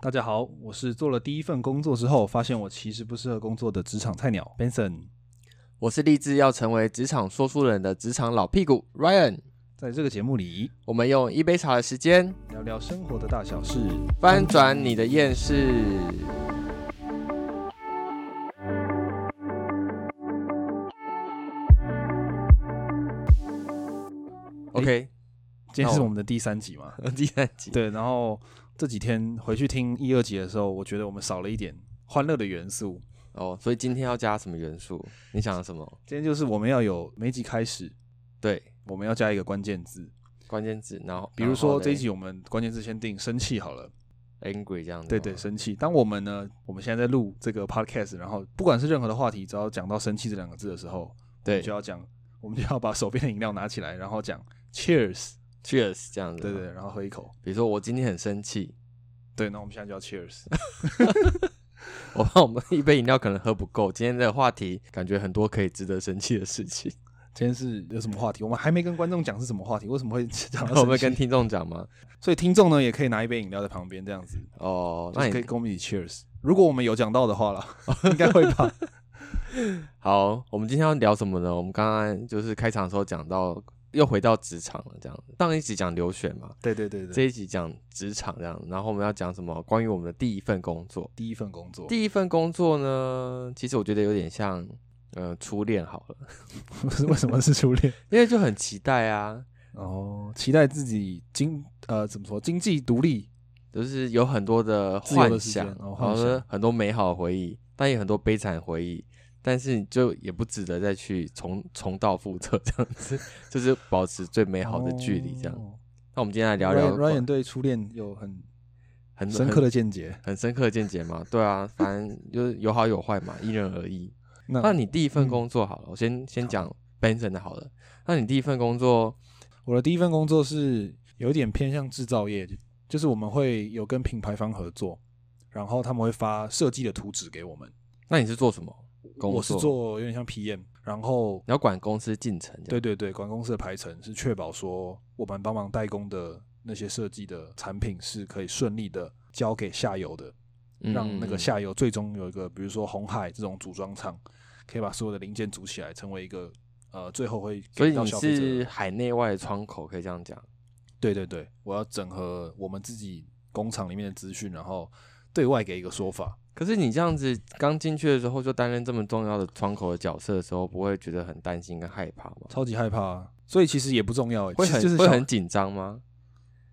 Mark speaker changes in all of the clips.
Speaker 1: 大家好，我是做了第一份工作之后，发现我其实不适合工作的职场菜鸟 Benson。
Speaker 2: 我是立志要成为职场说书人的职场老屁股 Ryan。
Speaker 1: 在这个节目里，
Speaker 2: 我们用一杯茶的时间
Speaker 1: 聊聊生活的大小事。
Speaker 2: 翻转你的厌世。OK，
Speaker 1: 今天
Speaker 2: 那我
Speaker 1: 是我们的第三集嘛？
Speaker 2: 第三 集。
Speaker 1: 对，然后这几天回去听一二集的时候，我觉得我们少了一点欢乐的元素。
Speaker 2: 哦，所以今天要加什么元素？你想了什么？
Speaker 1: 今天就是我们要有每集开始，
Speaker 2: 对，
Speaker 1: 我们要加一个关键字，
Speaker 2: 关键字，然后
Speaker 1: 比如
Speaker 2: 然
Speaker 1: 说
Speaker 2: 后嘞
Speaker 1: 这一集我们关键字先定生气好了。
Speaker 2: angry 这样子吗。
Speaker 1: 对对，生气。当我们呢，我们现在在录这个 podcast，然后不管是任何的话题，只要讲到生气这两个字的时候，我们
Speaker 2: 对
Speaker 1: 就要讲，我们就要把手边的饮料拿起来，然后讲 cheers，
Speaker 2: ，Cheers 这样子。
Speaker 1: 对啊对，，然后喝一口。
Speaker 2: 比如说我今天很生气，
Speaker 1: 对，那我们现在就要 cheers。
Speaker 2: 我怕我们一杯饮料可能喝不够。今天的话题感觉很多可以值得生气的事情，
Speaker 1: 今天是有什么话题？我们还没跟观众讲是什么话题，为什么会讲到
Speaker 2: 我们
Speaker 1: 生
Speaker 2: 跟
Speaker 1: 气？
Speaker 2: 听众讲吗？
Speaker 1: 所以听众呢也可以拿一杯饮料在旁边这样子，
Speaker 2: 哦，
Speaker 1: 就
Speaker 2: 那
Speaker 1: 是可以
Speaker 2: 你
Speaker 1: 跟我们一起 cheers。如果我们有讲到的话啦， 应该会吧。
Speaker 2: 好，我们今天要聊什么呢？我们刚刚就是开场的时候讲到，又回到职场了，这样。上一集讲留学嘛，
Speaker 1: 对对对对，
Speaker 2: 这一集讲职场这样，然后我们要讲什么？关于我们的第一份工作。
Speaker 1: 第一份工作，
Speaker 2: 第一份工作呢，其实我觉得有点像，呃，初恋好了，
Speaker 1: 为什么是初恋？
Speaker 2: 因为就很期待啊，
Speaker 1: 哦，期待自己经呃怎么说经济独立，
Speaker 2: 就是有很多的
Speaker 1: 自由
Speaker 2: 幻
Speaker 1: 的时间
Speaker 2: 想，
Speaker 1: 哦
Speaker 2: 然
Speaker 1: 幻
Speaker 2: 后
Speaker 1: 想
Speaker 2: 呢很多美好的回忆，但也很多悲惨的回忆。但是你就也不值得再去重重蹈覆辙这样子， 就是保持最美好的距离这样。
Speaker 1: 哦
Speaker 2: 那我们今天来聊聊
Speaker 1: Ryan- Ryan 对初恋有很
Speaker 2: 很
Speaker 1: 深刻
Speaker 2: 的、
Speaker 1: 的见解。
Speaker 2: 很深刻的见解嘛？对啊，反正就是有好有坏嘛，因人而异。
Speaker 1: 那
Speaker 2: 那你第一份
Speaker 1: 嗯
Speaker 2: 工作好了，我先先讲 Benson 的好了。那你第一份工作，
Speaker 1: 我的第一份工作是有点偏向制造业，就是我们会有跟品牌方合作，然后他们会发设计的图纸给我们。
Speaker 2: 那你是做什么工作？
Speaker 1: 我是做有点像 PM，然后
Speaker 2: 你要管公司进程这
Speaker 1: 对对
Speaker 2: 样，
Speaker 1: 对，管公司的排程是确保说我们帮忙代工的那些设计的产品是可以顺利的交给下游的。
Speaker 2: 嗯
Speaker 1: 让那
Speaker 2: 嗯
Speaker 1: 个
Speaker 2: 嗯
Speaker 1: 下游最终有一个，比如说红海这种组装厂，可以把所有的零件组起来，成为一个呃，最后会
Speaker 2: 所
Speaker 1: 给
Speaker 2: 以
Speaker 1: 到
Speaker 2: 你
Speaker 1: 消费
Speaker 2: 是
Speaker 1: 者。
Speaker 2: 海内外的窗口，可以这样讲。
Speaker 1: 对对对，我要整合我们自己工厂里面的资讯，然后对外给一个说法。
Speaker 2: 可是你这样子刚进去的时候就担任这么重要的窗口的角色的时候，不会觉得很担心跟害怕吗？
Speaker 1: 超级害怕啊，所以其实也不重要欸，
Speaker 2: 会
Speaker 1: 其实
Speaker 2: 很
Speaker 1: 就是
Speaker 2: 会
Speaker 1: 小
Speaker 2: 很紧张吗？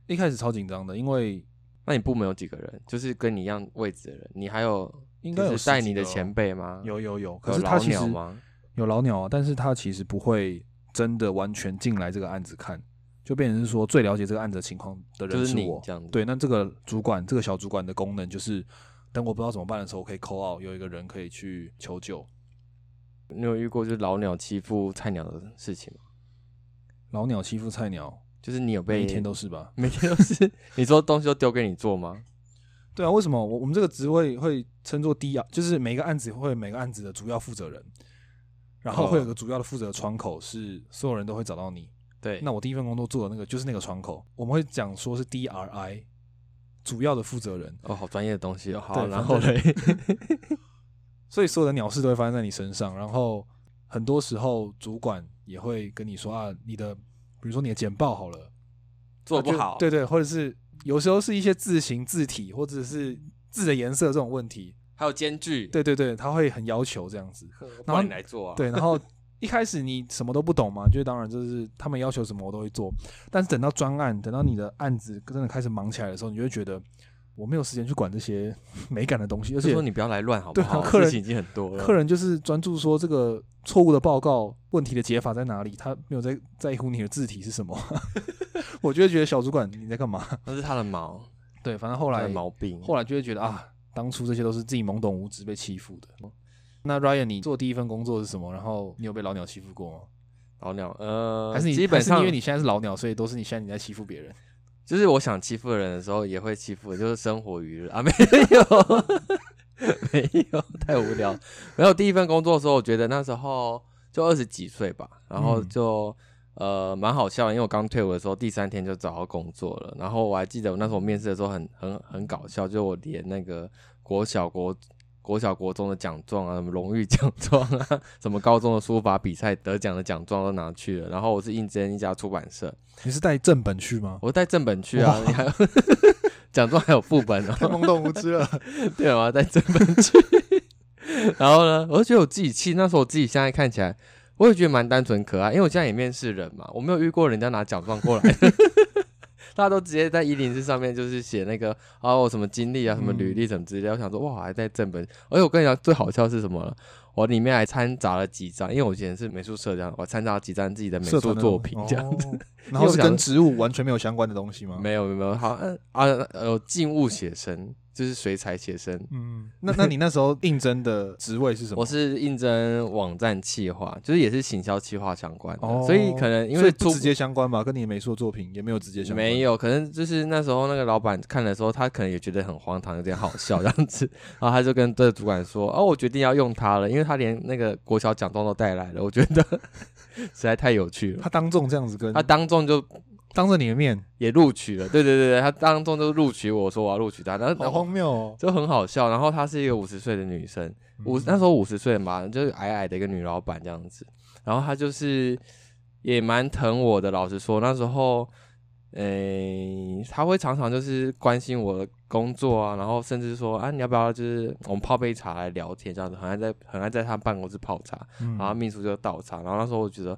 Speaker 1: 一开始超紧张的，因为
Speaker 2: 那你部门有几个人？就是跟你一样位置的人，你还有
Speaker 1: 应该有
Speaker 2: 就是
Speaker 1: 十
Speaker 2: 带
Speaker 1: 几
Speaker 2: 你的
Speaker 1: 个哦
Speaker 2: 前辈吗？
Speaker 1: 有有有，可
Speaker 2: 有
Speaker 1: 是他
Speaker 2: 老
Speaker 1: 其实
Speaker 2: 鸟吗？
Speaker 1: 有老鸟啊，但是他其实不会真的完全进来这个案子看，就变成是说最了解这个案子的情况的
Speaker 2: 就
Speaker 1: 人
Speaker 2: 是你
Speaker 1: 我。
Speaker 2: 这样子。
Speaker 1: 对，那这个主管，这个小主管的功能就是，等我不知道怎么办的时候，我可以 call out，有一个人可以去求救。
Speaker 2: 你有遇过就是老鸟欺负菜鸟的事情吗？
Speaker 1: 老鸟欺负菜鸟，
Speaker 2: 就是你有
Speaker 1: 每
Speaker 2: 被
Speaker 1: 一天都是吧？
Speaker 2: 每天都是 你说东西都丢给你做吗？
Speaker 1: 对啊，为什么我我们这个职位会称作 D R，就是每个案子会有每个案子的主要负责人，然后会有
Speaker 2: 哦
Speaker 1: 个主要的负责窗口，是所有人都会找到你。
Speaker 2: 对，
Speaker 1: 那我第一份工作做的那个就是那个窗口，我们会讲说是 D R I，主要的负责人，
Speaker 2: 哦，好专业的东西哦。好，
Speaker 1: 对
Speaker 2: 然
Speaker 1: 反
Speaker 2: 后
Speaker 1: 正
Speaker 2: 嘞，
Speaker 1: 所以所有的鸟事都会发生在你身上。然后很多时候主管也会跟你说啊，你的比如说你的简报好了
Speaker 2: 做
Speaker 1: 啊
Speaker 2: 不
Speaker 1: 就
Speaker 2: 好，
Speaker 1: 对对，或者是有时候是一些字形、字体或者是字的颜色这种问题，
Speaker 2: 还有间距，，
Speaker 1: 对对对，他会很要求这样子。然后
Speaker 2: 帮你来做啊。，
Speaker 1: 对，然后一开始你什么都不懂嘛，就当然就是他们要求什么我都会做，但是等到专案，等到你的案子真的开始忙起来的时候，你就会觉得我没有时间去管这些 美感的东西，而
Speaker 2: 就
Speaker 1: 且
Speaker 2: 说你不要来乱好不
Speaker 1: 对啊
Speaker 2: 好？
Speaker 1: 客人
Speaker 2: 事情已经很多了。
Speaker 1: 客人就是专注说这个错误的报告问题的解法在哪里，他没有在在乎你的字体是什么。 我就会觉得小主管你在干嘛？
Speaker 2: 那是他的毛，
Speaker 1: 对，反正后
Speaker 2: 他的
Speaker 1: 来
Speaker 2: 毛病。
Speaker 1: 后来就会觉得啊，当初这些都是自己懵懂无知被欺负的。那 Ryan，你做第一份工作是什么？然后你有被老鸟欺负过吗？
Speaker 2: 老鸟，呃，
Speaker 1: 还是你
Speaker 2: 基本
Speaker 1: 还是
Speaker 2: 上
Speaker 1: 因为你现在是老鸟，所以都是你现在你在欺负别人？
Speaker 2: 就是我想欺负人的时候也会欺负，就是生活娱乐啊，没有， 没有，太无聊。没有第一份工作的时候，我觉得那时候就二十几岁吧，然后
Speaker 1: 嗯
Speaker 2: 就、呃蛮好笑的，因为我刚退伍的时候第三天就找到工作了，然后我还记得我那时候面试的时候很很很搞笑，就我连那个国小国。国小、国中的奖状啊，什么荣誉奖状啊，什么高中的书法比赛得奖的奖状都拿去了。然后我是应征一家出版社，
Speaker 1: 你是带正本去吗？
Speaker 2: 我带正本去啊，你还有奖状还有副本哦，
Speaker 1: 太懵懂无知了。
Speaker 2: 对啊，带正本去。 然后呢，我就觉得我自己气，那时候我自己现在看起来，我也觉得蛮单纯可爱，因为我现在也面试人嘛，我没有遇过人家拿奖状过来的。 大家都直接在一零四上面就是写那个啊我什么经历啊什么
Speaker 1: 嗯
Speaker 2: 履历什么之类的，我想说哇还在正本，而且我跟你讲最好笑是什么了，我里面还掺杂了几张，因为我以前是美术社这样，我掺杂了几张自己的美
Speaker 1: 社
Speaker 2: 术
Speaker 1: 团的
Speaker 2: 作
Speaker 1: 东西
Speaker 2: 品这样子，
Speaker 1: 哦然后
Speaker 2: 因为我
Speaker 1: 是
Speaker 2: 想
Speaker 1: 跟植物完全没有相关的东西吗？
Speaker 2: 没有没有没有，好嗯啊呃静物写生就是水彩写生，
Speaker 1: 嗯，那那你那时候应征的职位是什么？
Speaker 2: 我是应征网站企划，就是也是行销企划相关的，
Speaker 1: 哦
Speaker 2: 所以可能因
Speaker 1: 所
Speaker 2: 为
Speaker 1: 以不
Speaker 2: 出
Speaker 1: 直接相关吧，跟你的美术作品也没有直接相关。
Speaker 2: 没有，可能就是那时候那个老板看的时候，他可能也觉得很荒唐，有点好笑这样子， 然后他就跟这个主管说：“哦，我决定要用他了，因为他连那个国小奖状都带来了，我觉得实在太有趣了。
Speaker 1: 他当众这样子”跟
Speaker 2: 他当众就
Speaker 1: 当着你的面，
Speaker 2: 也录取了，对对对对，他当众就录取我说我要录取他，然后
Speaker 1: 好
Speaker 2: 然后
Speaker 1: 荒谬哦！
Speaker 2: 就很好笑。然后她是一个五十岁的女生，
Speaker 1: 嗯
Speaker 2: 五那时候五十岁嘛，就是矮矮的一个女老板这样子。然后她就是也蛮疼我的，老实说，那时候，诶、她会常常就是关心我的工作啊，然后甚至说啊，你要不要就是我们泡杯茶来聊天这样子，很爱在很爱在她办公室泡茶。
Speaker 1: 嗯
Speaker 2: 然后秘书就倒茶，然后那时候我觉得，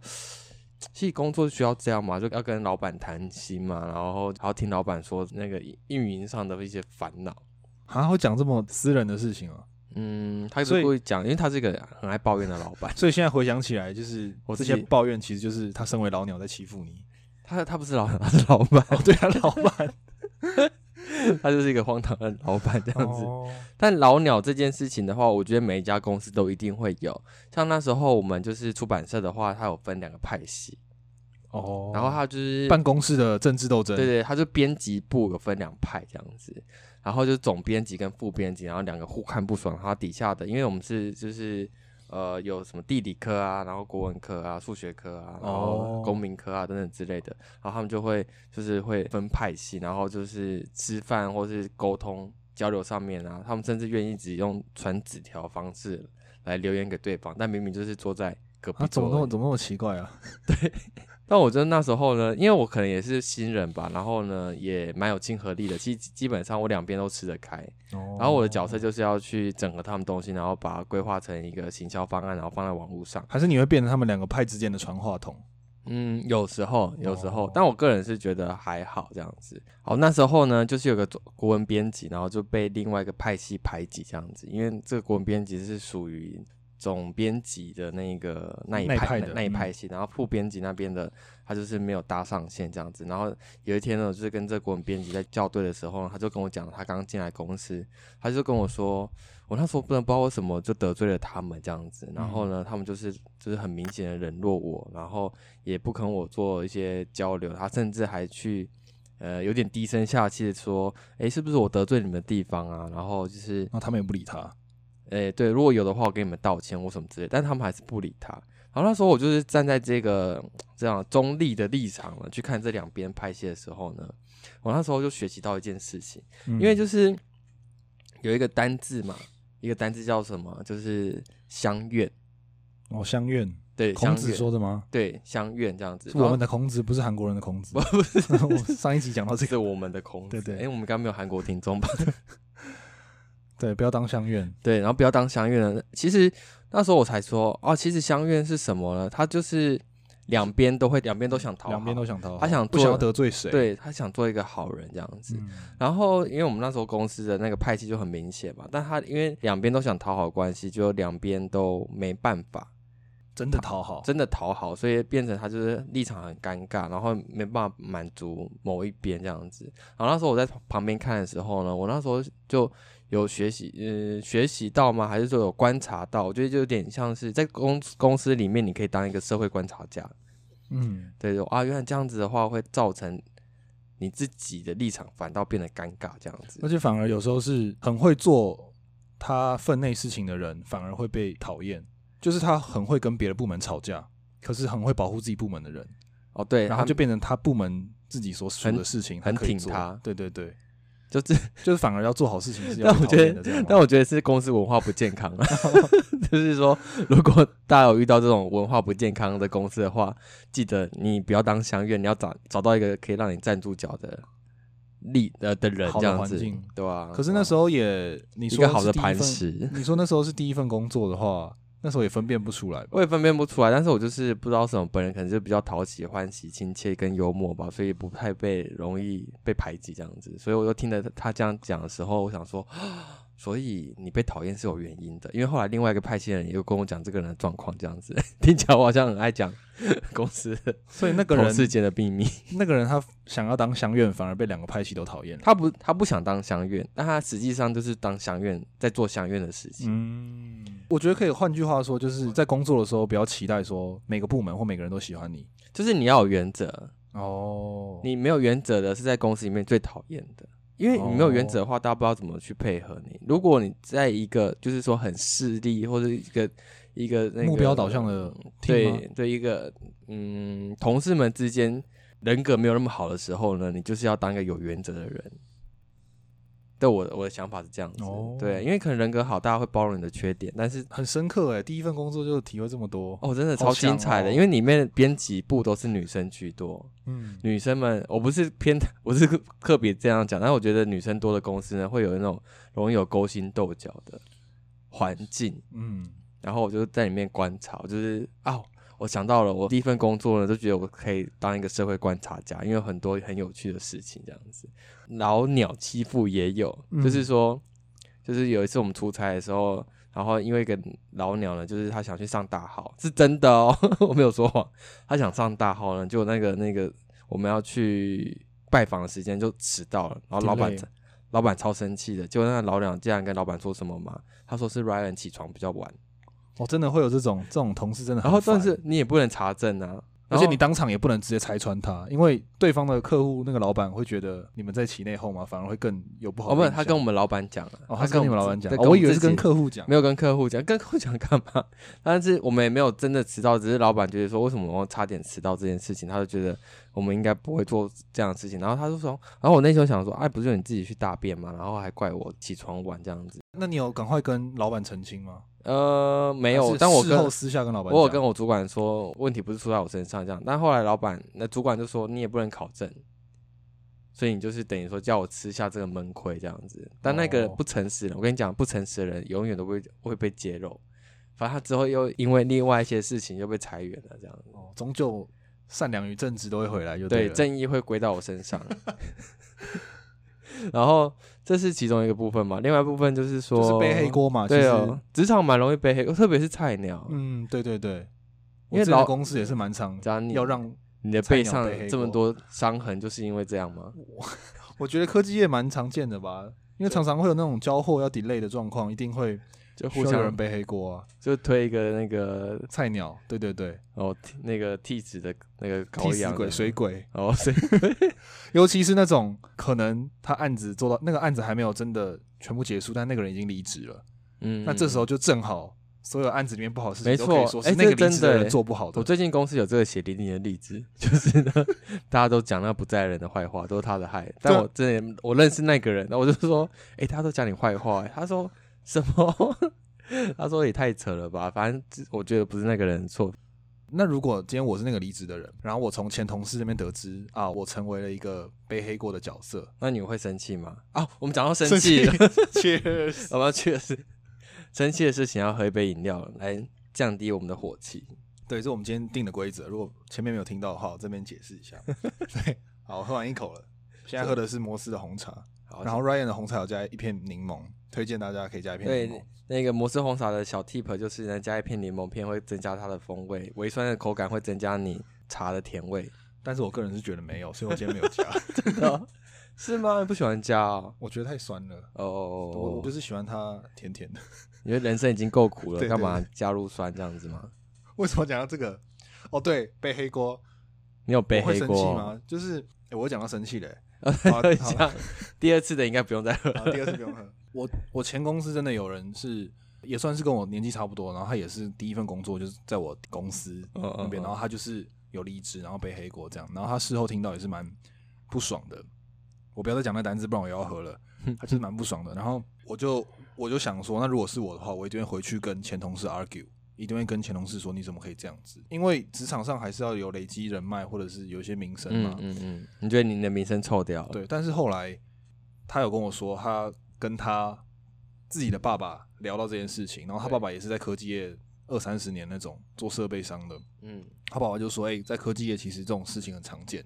Speaker 2: 其实工作需要这样嘛，就要跟老板谈心嘛，然后然后听老板说那个运营上的一些烦恼。
Speaker 1: 还啊会讲这么私人的事情啊！
Speaker 2: 嗯，他
Speaker 1: 所
Speaker 2: 是
Speaker 1: 以。
Speaker 2: 故意讲，因为他是一个很爱抱怨的老板
Speaker 1: 所以现在回想起来，就是
Speaker 2: 我
Speaker 1: 这
Speaker 2: 自
Speaker 1: 些
Speaker 2: 己
Speaker 1: 抱怨，其实就是他身为老鸟在欺负 你。
Speaker 2: 他他不是老板， 他是老板，
Speaker 1: 哦，对啊，老板
Speaker 2: 他就是一个荒唐的老板这
Speaker 1: 这
Speaker 2: 样子。但老鸟这件事情的话，我觉得每一家公司都一定会有。像那时候我们就是出版社的话，它有分两个派系，
Speaker 1: 哦，
Speaker 2: 然后他就是
Speaker 1: 办公室的政治斗争，
Speaker 2: 对对，他就编辑部有分两派这样子，然后就是总编辑跟副编辑，然后两个互看不爽，然后底下的，因为我们是就是呃有什么地理科啊，然后国文科啊、数学科啊，然
Speaker 1: 哦
Speaker 2: 后公民科啊等等之类的，然后他们就会就是会分派系，然后就是吃饭或是沟通交流上面啊，他们甚至愿意只用传纸条方式来留言给对方，但明明就是坐在隔壁
Speaker 1: 啊，怎
Speaker 2: 桌
Speaker 1: 么
Speaker 2: 而已。
Speaker 1: 那么怎么那么奇怪啊？
Speaker 2: 但我觉得那时候呢，因为我可能也是新人吧，然后呢也蛮有亲和力的，基基本上我两边都吃得开。
Speaker 1: 然
Speaker 2: 然后我的角色就是要去整合他们东西，然后把它规划成一个行销方案，然后放在网络上。
Speaker 1: 还是你会变成他们两个派之间的传话筒。
Speaker 2: 嗯，有时候，有时候，
Speaker 1: 哦
Speaker 2: 但我个人是觉得还好这样子。好，那时候呢，就是有个中国文编辑，然后就被另外一个派系排挤这样子，因为这个国文编辑是属于总编辑的那个那一
Speaker 1: 那一
Speaker 2: 派
Speaker 1: 派的嗯
Speaker 2: 那一派系，然后副编辑那边的他就是没有搭上线这样子。然后有一天呢，我就是跟这个国文编辑在校对的时候，他就跟我讲，他刚进来公司，他就跟我说，我那时候不能不知道为什么就得罪了他们这样子，然后呢，他们就是就是很明显的冷落我，然后也不肯我做一些交流，他甚至还去呃有点低声下气的说，诶，是不是我得罪你们的地方啊？然后就是
Speaker 1: 然，后他们也不理他，
Speaker 2: 诶，对，如果有的话，我给你们道歉或什么之类，但他们还是不理他。然后那时候我就是站在这个这样中立的立场呢，去看这两边拍戏的时候呢，我那时候就学习到一件事情。
Speaker 1: 因
Speaker 2: 因为就是有一个单字嘛，一个单字叫什么？就是相怨，
Speaker 1: 哦，相怨，
Speaker 2: 对，
Speaker 1: 孔
Speaker 2: 相
Speaker 1: 子
Speaker 2: 怨，
Speaker 1: 说的吗？
Speaker 2: 对，相怨这样子。
Speaker 1: 是我们
Speaker 2: 的，
Speaker 1: 的孔子，不是韩国人的 孔子。
Speaker 2: 不是
Speaker 1: 我上一集讲到这
Speaker 2: 是
Speaker 1: 个，
Speaker 2: 我们的孔
Speaker 1: 对
Speaker 2: 子。
Speaker 1: 对
Speaker 2: 哎、我们刚刚没有韩国听众吧？
Speaker 1: 对，不要当相怨。
Speaker 2: 对，然后不要当相怨了。其实那时候我才说，哦，其实相怨是什么呢？他就是两边都会，两边都想讨好，
Speaker 1: 两边都想讨好，
Speaker 2: 他想
Speaker 1: 不想
Speaker 2: 做
Speaker 1: 要得罪谁？，
Speaker 2: 对他想做一个好人这样子。
Speaker 1: 嗯，
Speaker 2: 然后，因为我们那时候公司的那个派系就很明显嘛，但他因为两边都想讨好关系，就两边都没办法，
Speaker 1: 真的讨好，
Speaker 2: 真的讨好，所以变成他就是立场很尴尬，然后没办法满足某一边这样子。然后那时候我在旁边看的时候呢，我那时候就有学习，呃，学习到吗？还是说有观察到？我觉得就有点像是在公公司里面，你可以当一个社会观察家，
Speaker 1: 嗯，
Speaker 2: 对，就啊，原来这样子的话会造成你自己的立场反倒变得尴尬这样子
Speaker 1: 而。且反而有时候是很会做他分内事情的人，反而会被讨厌。就是他很会跟别的部门吵架，可是很会保护自己部门的人，
Speaker 2: 哦，对，
Speaker 1: 然后
Speaker 2: 他
Speaker 1: 就变成他部门自己所属的事情，
Speaker 2: 很
Speaker 1: 可以
Speaker 2: 挺
Speaker 1: 做
Speaker 2: 他
Speaker 1: 对对对，
Speaker 2: 就是
Speaker 1: 就是反而要做好事情是要 被
Speaker 2: 但我
Speaker 1: 讨
Speaker 2: 觉
Speaker 1: 厌
Speaker 2: 得
Speaker 1: 的这样吗。
Speaker 2: 但我觉得是公司文化不健康了， 就是说，如果大家有遇到这种文化不健康的公司的话，记得你不要当相怨，你要找找到一个可以让你站住脚的力呃的人，
Speaker 1: 好
Speaker 2: 这
Speaker 1: 的
Speaker 2: 样
Speaker 1: 环
Speaker 2: 子
Speaker 1: 境，
Speaker 2: 对吧、
Speaker 1: 可是那时候也你
Speaker 2: 一
Speaker 1: 说
Speaker 2: 个好
Speaker 1: 是
Speaker 2: 的
Speaker 1: 第一
Speaker 2: 磐
Speaker 1: 份，
Speaker 2: 石，
Speaker 1: 你说那时候是第一份工作的话，那时候也分辨不出来吧？
Speaker 2: 我也分辨不出来，但是我就是不知道为什么，本人可能就比较讨喜、欢喜、亲切跟幽默吧，所以不太被容易被排挤这样子。所以我就听了他这样讲的时候，我想说，啊所以你被讨厌是有原因的。因为后来另外一个派系的人也有跟我讲这个人的状况，这样子 听起来我好像很爱讲 公司的
Speaker 1: 所以那个
Speaker 2: 同
Speaker 1: 人
Speaker 2: 事间的秘密。
Speaker 1: 那个人他想要当乡愿，反而被两个派系都讨厌了。
Speaker 2: 他不，他不想当乡愿，但他实际上就是当乡愿，在做乡愿的事情。
Speaker 1: 嗯，我觉得可以，换句话说，就是在工作的时候不要期待说每个部门或每个人都喜欢你。
Speaker 2: 就是你要有原则，
Speaker 1: 哦，
Speaker 2: 你没有原则的是在公司里面最讨厌的，因为你没有原
Speaker 1: 哦
Speaker 2: 则的话，大家不知道怎么去配合你。如果你在一个就是说很势利或者一个一个、那个、
Speaker 1: 目标导向的 team 吗
Speaker 2: 对对一个嗯同事们之间人格没有那么好的时候呢，你就是要当一个有原则的人。对我的我的想法是这样子，
Speaker 1: 哦
Speaker 2: 对，啊因为可能人格好，大家会包容你的缺点，但是
Speaker 1: 很深刻哎、第一份工作就体会这么多。
Speaker 2: 哦，真的
Speaker 1: 好
Speaker 2: 超
Speaker 1: 强
Speaker 2: 精彩的，
Speaker 1: 哦
Speaker 2: 因为里面的编辑部都是女生居多，
Speaker 1: 嗯，
Speaker 2: 女生们，我不是偏，我是特别这样讲，但我觉得女生多的公司呢，会有那种容易有勾心斗角的环境。
Speaker 1: 嗯，
Speaker 2: 然后我就在里面观察，就是啊、我想到了，我第一份工作呢，就觉得我可以当一个社会观察家，因为有很多很有趣的事情这样子。老鸟欺负也有，
Speaker 1: 嗯
Speaker 2: 就是说，就是有一次我们出差的时候，然后因为一个老鸟呢，就是他想去上大号，是真的哦， 我没有说谎，他想上大号呢，就那个那个我们要去拜访的时间就迟到了，然后老板
Speaker 1: Delay
Speaker 2: 老板超生气的，结果那个老鸟竟然跟老板说什么嘛？他说是 Ryan 起床比较晚。
Speaker 1: 哦，真的会有这种这种同事真的很
Speaker 2: 然后
Speaker 1: 烦
Speaker 2: 但是你也不能查证啊，
Speaker 1: 而
Speaker 2: 然
Speaker 1: 且
Speaker 2: 后
Speaker 1: 你当场也不能直接拆穿他，因为对方的客户那个老板会觉觉得你们在其内后嘛，反而会更有不好
Speaker 2: 哦
Speaker 1: 的
Speaker 2: 不
Speaker 1: 印
Speaker 2: 是，
Speaker 1: 象。
Speaker 2: 他跟我们老板讲啊，
Speaker 1: 哦，他是跟你们老板讲，
Speaker 2: 对
Speaker 1: 哦我以为是跟
Speaker 2: 户
Speaker 1: 客户讲。
Speaker 2: 没有跟客户讲，跟 客户讲干嘛？但是我们也没有真的迟到，只是老板觉得说为什么我差点迟到这件事情，他就觉得我们应该不会做这样的事情，然后他就说，然后我那时候想说，哎、不是你自己去大便嘛，然后还怪我起床晚这样子，
Speaker 1: 那你有赶快跟老板澄清吗？
Speaker 2: 呃，没有
Speaker 1: 还，是
Speaker 2: 但我
Speaker 1: 事
Speaker 2: 跟
Speaker 1: 后私下跟老板讲，
Speaker 2: 我有跟我主管说，问题不是出在我身上这样，但后来老板那主管就说你也不能考证，所以你就是等于说叫我吃下这个闷亏这样子。但那个
Speaker 1: 哦
Speaker 2: 不诚实的人，我跟你讲，不诚实的人永远都会会被揭露。反正他之后又因为另外一些事情又被裁员了，这样子。
Speaker 1: 哦，终究善良与正直都会回来，就
Speaker 2: 对，
Speaker 1: 了
Speaker 2: 正义会归到我身上。 然后这是其中一个部分嘛，另外一部分就是说，
Speaker 1: 就是背黑。锅嘛。其
Speaker 2: 对
Speaker 1: 实
Speaker 2: 哦，，职场蛮容易背黑锅，特别是菜鸟。
Speaker 1: 嗯，对对对，
Speaker 2: 因
Speaker 1: 我
Speaker 2: 为
Speaker 1: 之前的
Speaker 2: 老
Speaker 1: 公司也是蛮常
Speaker 2: 只要你
Speaker 1: 要让，
Speaker 2: 你的
Speaker 1: 菜
Speaker 2: 背
Speaker 1: 鸟
Speaker 2: 上
Speaker 1: 背黑
Speaker 2: 这么
Speaker 1: 锅
Speaker 2: 多伤痕，就是因为这样 吗？
Speaker 1: 我觉得科技业蛮常见的吧，因为常常会有那种交货要 delay 的状况，一定会
Speaker 2: 就
Speaker 1: 需
Speaker 2: 互
Speaker 1: 要有
Speaker 2: 相
Speaker 1: 人背黑锅啊。
Speaker 2: 就推一个那个
Speaker 1: 菜鸟，对对对，
Speaker 2: 哦替那个替子的那个
Speaker 1: 替
Speaker 2: 羔
Speaker 1: 死
Speaker 2: 羊
Speaker 1: 鬼、
Speaker 2: 的
Speaker 1: 水鬼，
Speaker 2: 哦 水
Speaker 1: 尤其是那种可能他案子做到那个案子还没有真的全部结束，但那个人已经离职了，
Speaker 2: 嗯，
Speaker 1: 那这时候就正好所有案子里面不好的事情
Speaker 2: 没
Speaker 1: 都可以说
Speaker 2: 错哎
Speaker 1: 是那个
Speaker 2: 这
Speaker 1: 离职
Speaker 2: 真的
Speaker 1: 的人
Speaker 2: 哎
Speaker 1: 做不好
Speaker 2: 我
Speaker 1: 的。
Speaker 2: 最近公司有这个血淋淋的例子，就是呢 大家都讲那个不在的人的坏话，都是他的害。但
Speaker 1: 对啊
Speaker 2: 我真的我认识那个人，那我就说，哎、他都讲你坏话、哎他说什么？ 他说也太扯了吧，反正这我觉得不是那个人的错，
Speaker 1: 那如果今天我是那个离职的人，然后我从前同事那边得知啊，我成为了一个背黑锅的角色，
Speaker 2: 那你会生气吗？啊，我们讲到生气了，
Speaker 1: Cheers
Speaker 2: 我们要去的是生气的事情，要喝一杯饮料来降低我们的火气。
Speaker 1: 对，这是我们今天定的规则。如果前面没有听到的话，我这边解释一下。 对，好，我喝完一口了，现在喝的是摩斯的红茶，
Speaker 2: 好
Speaker 1: 然后 Ryan 的红茶有加一片柠檬，推荐大家可以加一片柠檬
Speaker 2: 对。那个摩斯红茶的小 tip 就是呢，加一片柠檬片会增加它的风味，微酸的口感会增加你茶的甜味，
Speaker 1: 但是我个人是觉得没有，所以我今天没有加，
Speaker 2: 是吗？你不喜欢加哦？
Speaker 1: 我觉得太酸了。
Speaker 2: 哦哦，
Speaker 1: 我
Speaker 2: 哦
Speaker 1: 我就是喜欢它甜甜的。
Speaker 2: 因为人生已经够苦了，
Speaker 1: 对对
Speaker 2: 干嘛加入酸这样子吗？
Speaker 1: 为什么讲到这个？哦，对，背黑锅，
Speaker 2: 你有背
Speaker 1: 我会
Speaker 2: 黑
Speaker 1: 生气
Speaker 2: 锅？哦
Speaker 1: 吗？就是，诶我讲到生气嘞、好
Speaker 2: 这
Speaker 1: 好
Speaker 2: 样第二次的应该不用再喝。
Speaker 1: 然后第二次不用喝。 我我前公司真的有人是也算是跟我年纪差不多，然后他也是第一份工作就是在我公司
Speaker 2: 嗯嗯
Speaker 1: 那边，
Speaker 2: 嗯
Speaker 1: 然后他就是有离职，然后背黑锅这样。然后他事后听到也是蛮不爽的。我不要再讲那单字，不然我又要喝 了。他就是蛮不爽的。然后我就我就想说，那如果是我的话，我一定会回去跟前同事 argue，一定会跟前同事说你怎么可以这样子？因为职场上还是要有累积人脉或者是有一些名声嘛
Speaker 2: 嗯。嗯嗯，你觉得你的名声臭掉了？
Speaker 1: 对，但是后来他有跟我说，他跟他自己的爸爸聊到这件事情，然后他
Speaker 2: 对
Speaker 1: 爸爸也是在科技业二三十年那种做设备商的，
Speaker 2: 嗯，
Speaker 1: 他爸爸就说：“哎、在科技业其实这种事情很常见。”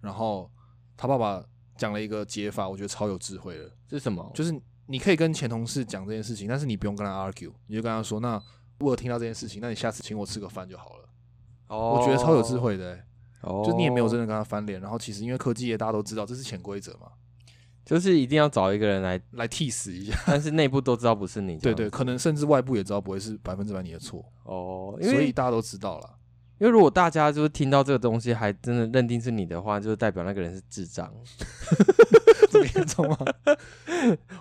Speaker 1: 然后他爸爸讲了一个解法，我觉得超有智慧的，
Speaker 2: 是什么？
Speaker 1: 就是你可以跟前同事讲这件事情，但是你不用跟他 argue，你就跟他说：“那我有听到这件事情，那你下次请我吃个饭就好了。
Speaker 2: 哦
Speaker 1: 我觉得超有智，慧的、欸，
Speaker 2: 哦，
Speaker 1: 就你也没有真的跟他翻脸。然后其实因为科技业大家都知道这是潜规则嘛，
Speaker 2: 就是一定要找一个人来，
Speaker 1: 来替死一下。
Speaker 2: 但是内部都知道不是你。
Speaker 1: 对对，，可能甚至外部也知道不会是百分之百你的错，
Speaker 2: 哦，因
Speaker 1: 所
Speaker 2: 为
Speaker 1: 以大家都知道 了。
Speaker 2: 因为如果大家就是听到这个东西还真的认定是你的话，就是代表那个人是智障。
Speaker 1: 这么严重吗？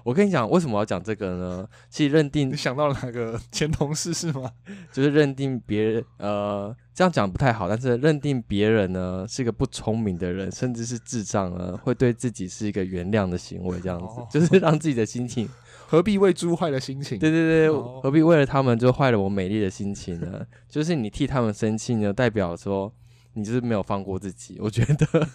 Speaker 2: 我跟你讲，为什么要讲这个呢？其实认定
Speaker 1: 你想到了哪个前同事是吗？
Speaker 2: 就是认定别人，呃，这样讲不太好，但是认定别人呢是个不聪明的人，甚至是智障呢，会对自己是一个原谅的行为，这样子，
Speaker 1: 哦
Speaker 2: 就是让自己的心情，
Speaker 1: 何必为猪坏了心情？
Speaker 2: 对对对，
Speaker 1: 哦
Speaker 2: 何必为了他们就坏了我美丽的心情呢？ 就是你替他们生气呢，代表说你就是没有放过自己， 我觉得。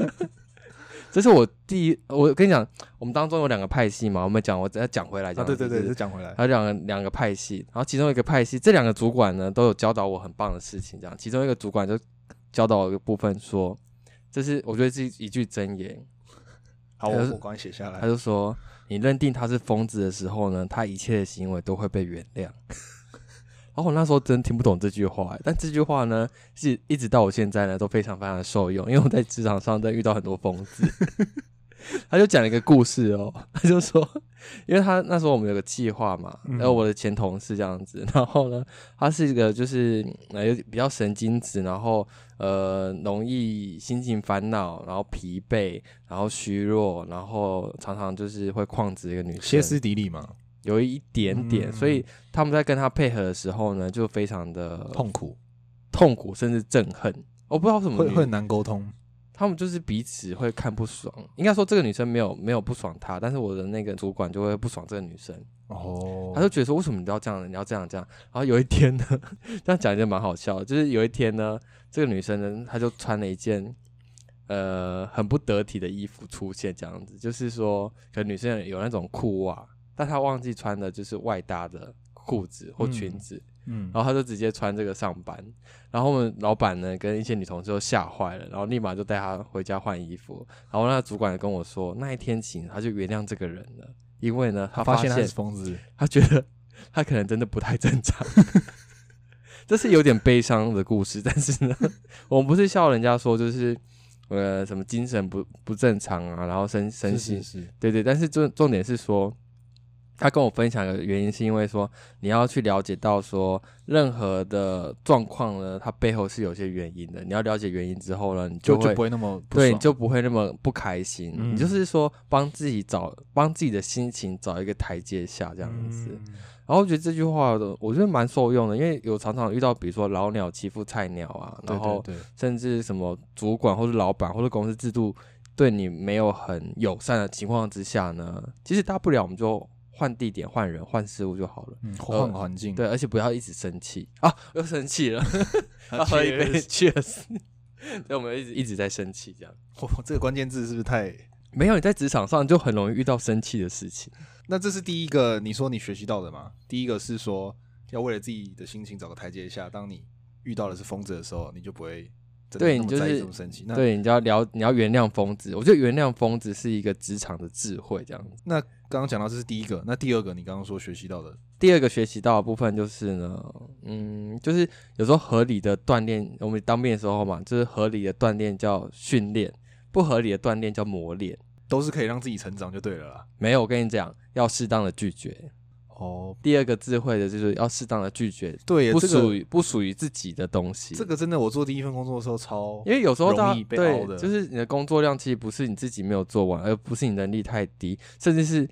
Speaker 2: 这是我第一，我跟你讲，我们当中有两个派系嘛，我们讲，我再讲回来讲，
Speaker 1: 啊，对对
Speaker 2: 就是
Speaker 1: 对，再讲回来，
Speaker 2: 还有两个两个派系，然后其中一个派系，这两个主管呢都有教导我很棒的事情，这样，其中一个主管就教导我一个部分说，这是我觉得是一句真言，
Speaker 1: 好，
Speaker 2: 还
Speaker 1: 我
Speaker 2: 是
Speaker 1: 我刚写下
Speaker 2: 他
Speaker 1: 来。
Speaker 2: 就说，你认定他是疯子的时候呢，他一切的行为都会被原谅。 然后我那时候真听不懂这句话，欸但这句话呢，是一直到我现在呢都非常非常的受用，因为我在职场上真的遇到很多疯子。 他就讲了一个故事哦，他就说，因为他那时候我们有个计划嘛，
Speaker 1: 嗯
Speaker 2: 然后我的前同事这样子，然后呢，他是一个就是呃有比较神经质，然后呃容易心情烦恼，然后疲惫，然后虚弱，然后常常就是会旷职的一个女生，
Speaker 1: 歇斯底里嘛，
Speaker 2: 有一点点，
Speaker 1: 嗯
Speaker 2: 所以他们在跟他配合的时候呢，就非常的
Speaker 1: 痛苦，
Speaker 2: 痛苦，甚至憎恨。我不知道为什么
Speaker 1: 会
Speaker 2: 女
Speaker 1: 会很难沟通。
Speaker 2: 他们就是彼此会看不爽。应该说这个女生没有没有不爽他，但是我的那个主管就会不爽这个女生，
Speaker 1: 哦
Speaker 2: 他就觉得说为什么你都要这样，你要这样这样。然后有一天呢，这样讲就蛮好笑的，就是有一天呢，这个女生呢，她就穿了一件。呃，很不得体的衣服出现，这样子，就是说，可能女生有那种裤袜，但她忘记穿的就是外搭的裤子或裙
Speaker 1: 嗯
Speaker 2: 子，
Speaker 1: 嗯，
Speaker 2: 然后他就直接穿这个上班，然后我们老板呢跟一些女同事都吓坏了，然后立马就带他回家换衣服。然后那主管也跟我说，那一天起他就原谅这个人了，因为呢他
Speaker 1: 啊发
Speaker 2: 发
Speaker 1: 现
Speaker 2: 现
Speaker 1: 他是疯子，
Speaker 2: 他觉得他可能真的不太正常。 这是有点悲伤的故事，但是呢， 我们不是笑人家说就是呃什么精神不不正常啊，然后身身
Speaker 1: 是
Speaker 2: 心
Speaker 1: 是是，
Speaker 2: 对对，但是重重点是说，他跟我分享的原因是因为说，你要去了解到说，任何的状况呢，它背后是有些原因的。你要了解原因之后呢，你
Speaker 1: 就
Speaker 2: 会
Speaker 1: 就不会那么不
Speaker 2: 对，
Speaker 1: 爽
Speaker 2: 你就不会那么不开心。
Speaker 1: 嗯
Speaker 2: 你就是说，帮自己找帮自己的心情找一个台阶下，这样子。
Speaker 1: 嗯
Speaker 2: 然后我觉得这句话的，我觉得蛮受用的，因为有常常遇到，比如说老鸟欺负菜鸟啊，
Speaker 1: 对
Speaker 2: 然后
Speaker 1: 对对
Speaker 2: 甚至什么主管或者老板或者公司制度对你没有很友善的情况之下呢，其实大不了我们就换地点、换人、换事物就好了。
Speaker 1: 嗯换个环境，
Speaker 2: 呃对，而且不要一直生气啊！又生气了，
Speaker 1: 啊，
Speaker 2: 喝一杯
Speaker 1: cheers
Speaker 2: ，cheers。对， 我们一直一直在生气， 这样
Speaker 1: 哇这个关键字是不是太？
Speaker 2: 没有你在职场上就很容易遇到生气的事情。
Speaker 1: 那这是第一个，你说你学习到的嘛？第一个是说要为了自己的心情找个台阶下，当你遇到的是疯子的时候，你就不会真的那
Speaker 2: 对
Speaker 1: 么
Speaker 2: 你就
Speaker 1: 在意
Speaker 2: 是
Speaker 1: 这么生气。那
Speaker 2: 对，你就要聊，你要原谅疯子。我觉得原谅疯子是一个职场的智慧，这样子。
Speaker 1: 那刚刚讲到这是第一个，那第二个你刚刚说学习到的，
Speaker 2: 第二个学习到的部分就是呢，嗯，就是有时候合理的锻炼，我们当兵的时候嘛，就是合理的锻炼叫训练，不合理的锻炼叫磨练。
Speaker 1: 都是可以让自己成长就对了啦。
Speaker 2: 没有，我跟你讲，要适当的拒绝。
Speaker 1: 哦，
Speaker 2: 第二个智慧的就是要适当的拒绝
Speaker 1: 对耶，
Speaker 2: 不
Speaker 1: 这
Speaker 2: 属
Speaker 1: 个
Speaker 2: 于、不属于自己的东西。
Speaker 1: 这个真的，我做第一份工作的时候超
Speaker 2: 因为有时候大
Speaker 1: 容易
Speaker 2: 家
Speaker 1: 被熬
Speaker 2: 对，
Speaker 1: 的
Speaker 2: 就是你的工作量其实不是你自己没有做完，而不是你能力太低，甚至是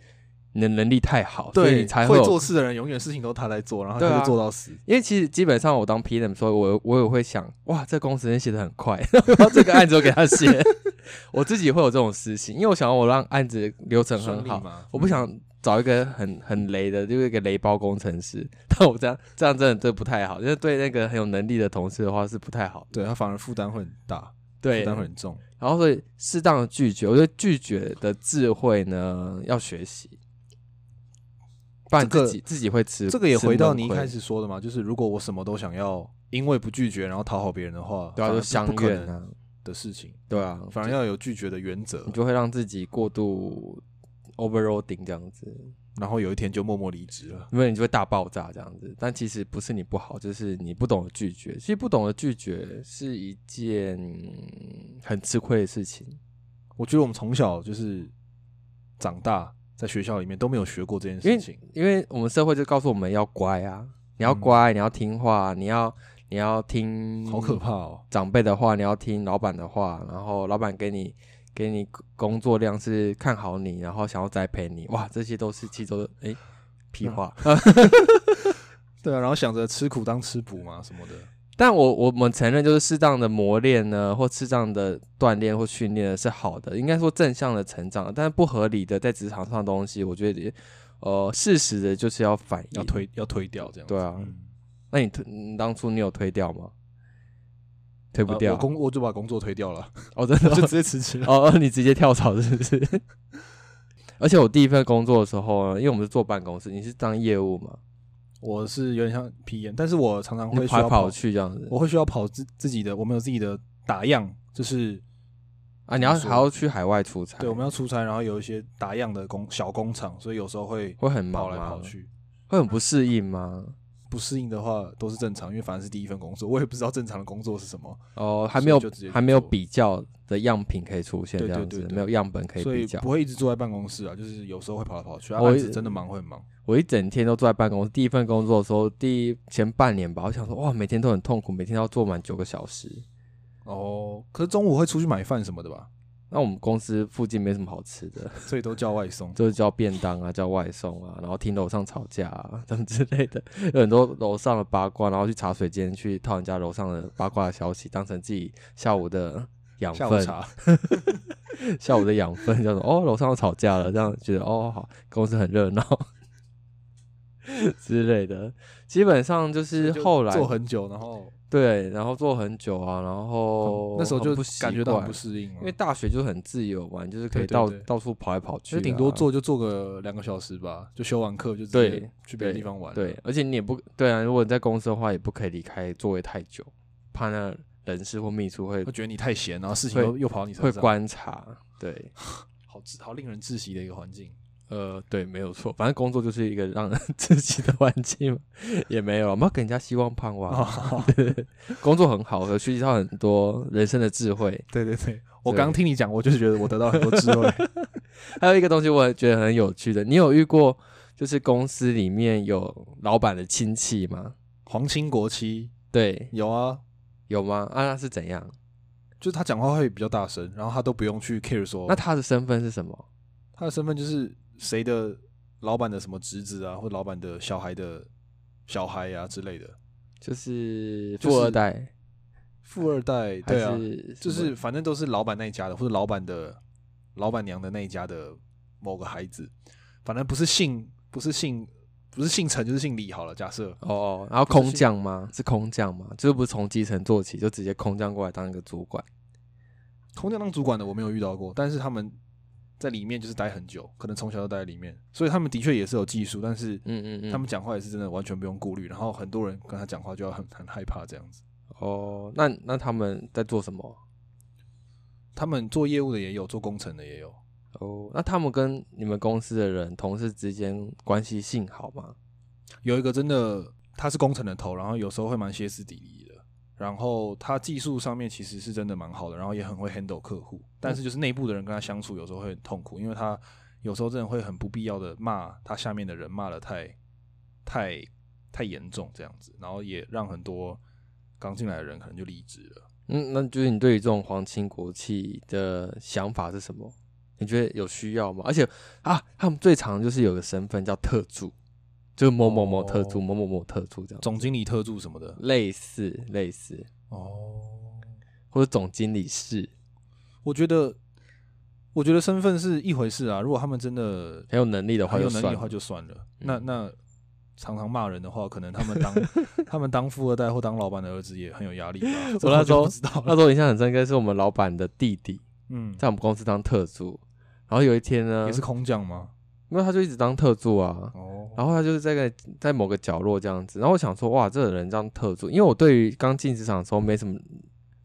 Speaker 2: 你的能力太好，所以
Speaker 1: 对
Speaker 2: 你才会
Speaker 1: 会
Speaker 2: 有
Speaker 1: 做事的人，永远事情都他在做，然后
Speaker 2: 对
Speaker 1: 他
Speaker 2: 啊
Speaker 1: 就做到死。
Speaker 2: 因为其实基本上我当 PM 说，我我也会想，哇，这工时间写的很快， 然后这个案子我给他写， 我自己会有这种私心，因为我想要我让案子流程很好，
Speaker 1: 嘛
Speaker 2: 我不想找一个很很雷的，就是一个雷包工程师， 但我这样这样真的对不太好，就是对那个很有能力的同事的话是不太好，
Speaker 1: 对他反而负担会很大，
Speaker 2: 对，
Speaker 1: 负担会很重。
Speaker 2: 然后所以适当的拒绝，我觉得拒绝的智慧呢要学习，不然
Speaker 1: 这个
Speaker 2: 自己、自己会吃。
Speaker 1: 这个也
Speaker 2: 吃
Speaker 1: 回到
Speaker 2: 闷
Speaker 1: 你一
Speaker 2: 亏
Speaker 1: 开始说的嘛，就是如果我什么都想要，因为不拒绝然后讨好别人的话，
Speaker 2: 对
Speaker 1: 反
Speaker 2: 啊，
Speaker 1: 而
Speaker 2: 就是相
Speaker 1: 不可
Speaker 2: 怨
Speaker 1: 能
Speaker 2: 啊，
Speaker 1: 的事情，
Speaker 2: 对啊，
Speaker 1: 反而要有拒绝的原则
Speaker 2: 你，就会让自己过度 overloading 这样子，
Speaker 1: 然后有一天就默默离职了。
Speaker 2: 因为你就会大爆炸这样子。但其实不是你不好，就是你不懂得拒绝。其实不懂得拒绝是一件嗯很吃亏的事情。
Speaker 1: 我觉得我们从小就是长大在学校里面都没有学过这件事情，
Speaker 2: 因为我们社会就告诉我们要乖啊，你要
Speaker 1: 嗯
Speaker 2: 乖，你要听话，你要你要听，
Speaker 1: 好可怕哦！
Speaker 2: 长辈的话，你要听老板的话，然后老板给你给你工作量是看好你，然后想要栽培你，哇，这些都是其中的哎屁
Speaker 1: 嗯
Speaker 2: 话。
Speaker 1: 对啊，然后想着吃苦当吃补嘛什么的，
Speaker 2: 但我我们承认，就是适当的磨练呢，或适当的锻炼或训练呢是好的，应该说正向的成长。但是不合理的在职场上的东西，我觉得也呃，适时的就是要反应。
Speaker 1: 要推要推掉这样子。
Speaker 2: 对啊
Speaker 1: 嗯
Speaker 2: 那你推你当初你有推掉吗？推不
Speaker 1: 呃
Speaker 2: 掉，
Speaker 1: 我工我就把工作推掉 了，
Speaker 2: 哦，真的
Speaker 1: 我就直接辞职了。
Speaker 2: 哦，哦你直接跳槽是不是？ 而且我第一份工作的时候呢，因为我们是坐办公室，你是当业务嘛，
Speaker 1: 我是有点像皮炎，但是我常常
Speaker 2: 你
Speaker 1: 会需
Speaker 2: 跑
Speaker 1: 要
Speaker 2: 来跑去这样子
Speaker 1: 我会需要跑自自己的，我们有自己的打样，就是
Speaker 2: 啊，你要
Speaker 1: 怎么说
Speaker 2: 还要去海外出差，
Speaker 1: 对我们要出差，然后有一些打样的工小工厂，所以有时候会
Speaker 2: 会很
Speaker 1: 跑
Speaker 2: 忙吗
Speaker 1: 来跑，去。
Speaker 2: 会很不适应吗？
Speaker 1: 不适应的话都是正常，因为反正是第一份工作，我也不知道正常的工作是什么，
Speaker 2: 哦，还没有
Speaker 1: 所以就直接去
Speaker 2: 还没有
Speaker 1: 做
Speaker 2: 比较的样品可以出现这
Speaker 1: 对对
Speaker 2: 样子，
Speaker 1: 对对
Speaker 2: 没有样本可以
Speaker 1: 所
Speaker 2: 比
Speaker 1: 以
Speaker 2: 较哦
Speaker 1: 不。会一直坐在办公室啊，就是有时候会跑来跑去。啊、
Speaker 2: 我
Speaker 1: 案子真的忙会很忙，
Speaker 2: 我一整天都坐在办公室，第一份工作的时候，第一前半年吧，我想说哇，每天都很痛苦，每天都要坐满九个小时。
Speaker 1: 哦，可是中午会出去买饭什么的吧，
Speaker 2: 那我们公司附近没什么好吃的，
Speaker 1: 所以都叫外送。
Speaker 2: 就是叫便当啊，叫外送啊，然后听楼上吵架啊，这样之类的， 有很多楼上的八卦，然后去茶水间去套人家楼上的八卦的消息，当成自己下午的养
Speaker 1: 下午
Speaker 2: 分，
Speaker 1: 茶，
Speaker 2: 下午的养分，叫做哦，楼上要吵架了，这样觉得哦，好，公司很热闹之类的。基本上就是
Speaker 1: 就
Speaker 2: 后来
Speaker 1: 坐很久，然后、
Speaker 2: 对，然后做很久啊，然后
Speaker 1: 哦那时候就
Speaker 2: 很不习
Speaker 1: 感觉到
Speaker 2: 惯
Speaker 1: 很不适应、啊，
Speaker 2: 因为大学就很自由嘛，你就是可
Speaker 1: 对
Speaker 2: 以
Speaker 1: 对
Speaker 2: 到
Speaker 1: 对
Speaker 2: 到处跑来跑去、
Speaker 1: 就
Speaker 2: 啊，
Speaker 1: 顶多坐就坐个两个小时吧，就休完课就直
Speaker 2: 对
Speaker 1: 接去别的地方玩了。
Speaker 2: 对，而且你也不对啊，如果你在公司的话，也不可以离开座位太久，怕那人事或秘书会
Speaker 1: 会觉得你太闲，然后事情
Speaker 2: 会
Speaker 1: 都又跑到你身
Speaker 2: 会
Speaker 1: 上，
Speaker 2: 观察。对，
Speaker 1: 好窒好令人窒息的一个环境。
Speaker 2: 呃，对，没有错，反正工作就是一个让人 自己的环境嘛，也没有，我们要给人家希望盼望。
Speaker 1: 哦
Speaker 2: 工作很好，和学习到很多人生的智慧。
Speaker 1: 对对对， 我
Speaker 2: 对
Speaker 1: 刚听你讲，我就是觉得我得到很多智慧。
Speaker 2: 还有一个东西，我也觉得很有趣的，你有遇过就是公司里面有老板的亲戚吗？
Speaker 1: 皇亲国戚
Speaker 2: 对，
Speaker 1: 有啊，
Speaker 2: 有吗？啊，那是怎样？
Speaker 1: 就是他讲话会比较大声，然后他都不用去 care 说，
Speaker 2: 那他的身份是什么？
Speaker 1: 他的身份就是谁的老板的什么侄子啊，或老板的小孩的小孩啊之类的，
Speaker 2: 就是
Speaker 1: 就是
Speaker 2: 富二代。
Speaker 1: 富二代
Speaker 2: 还
Speaker 1: 对啊，
Speaker 2: 是
Speaker 1: 就
Speaker 2: 什么
Speaker 1: 是反正都是老板那一家的，或者老板的老板娘的那一家的某个孩子，反正不是姓不是姓不是姓陈就是姓李好了，假设
Speaker 2: 哦，然后空降吗？是空降吗？就是不是从基层做起，就直接空降过来当一个主管？
Speaker 1: 空降当主管的我没有遇到过，但是他们在里面就是待很久，可能从小就待在里面，所以他们的确也是有技术，但是
Speaker 2: 嗯嗯嗯。
Speaker 1: 他们讲话也是真的完全不用顾虑，然后很多人跟他讲话就要很很害怕这样子。
Speaker 2: 哦，那那他们在做什么？
Speaker 1: 他们做业务的也有，做工程的也有，
Speaker 2: 哦，那他们跟你们公司的人、同事之间关系性好吗？
Speaker 1: 有一个真的他是工程的头，然后有时候会蛮歇斯底里的，然后他技术上面其实是真的蛮好的，然后也很会 handle 客户，但是就是内部的人跟他相处有时候会很痛苦，因为他有时候真的会很不必要的骂他下面的人，骂的太太太严重这样子，然后也让很多刚进来的人可能就离职了。
Speaker 2: 嗯，那就是你对于这种皇亲国戚的想法是什么？你觉得有需要吗？而且啊，他们最常就是有个身份叫特助，就是某某某特助、
Speaker 1: 哦
Speaker 2: 某某某特助这样，
Speaker 1: 总经理特助什么的。
Speaker 2: 类似类似，
Speaker 1: 哦，
Speaker 2: 或者总经理室，
Speaker 1: 我觉得，我觉得身份是一回事啊。如果他们真的
Speaker 2: 很有能力的话
Speaker 1: 很
Speaker 2: 就
Speaker 1: 有能
Speaker 2: 算
Speaker 1: 力的
Speaker 2: 了
Speaker 1: 话就算了。那
Speaker 2: 嗯
Speaker 1: 那常常骂人的话，可能他们 当他们当富二代或当老板的儿子也很有压力吧。这
Speaker 2: 那
Speaker 1: 就
Speaker 2: 时候
Speaker 1: 不知道
Speaker 2: 那
Speaker 1: 了，
Speaker 2: 时候印象很深刻，是我们老板的弟弟
Speaker 1: 嗯，
Speaker 2: 在我们呃公司当特助，然后有一天呢
Speaker 1: 也，是空降吗？
Speaker 2: 因为他就一直当特助啊，
Speaker 1: 哦，
Speaker 2: 然后他就是在个在某个角落这样子，然后我想说，哇，这个人这样特助，因为我对于刚进职场的时候没什么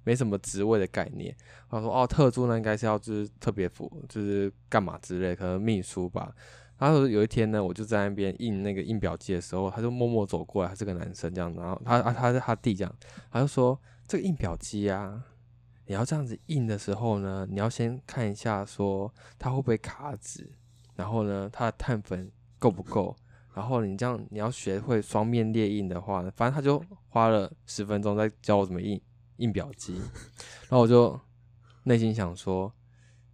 Speaker 2: 没什么职位的概念，我想说，哦，特助那应该是要就是特别服，就是干嘛之类，可能秘书吧。然后有一天呢，我就在那边印那个印表机的时候，他就默默走过来，他是个男生这样，然后他啊他他弟这样，他就说这个印表机啊，你要这样子印的时候呢，你要先看一下说它会不会卡纸，然后呢它的碳粉够不够，然后你这样你要学会双面列印的话，反正他就花了十分钟在教我怎么印印表机， 然后我就内心想说，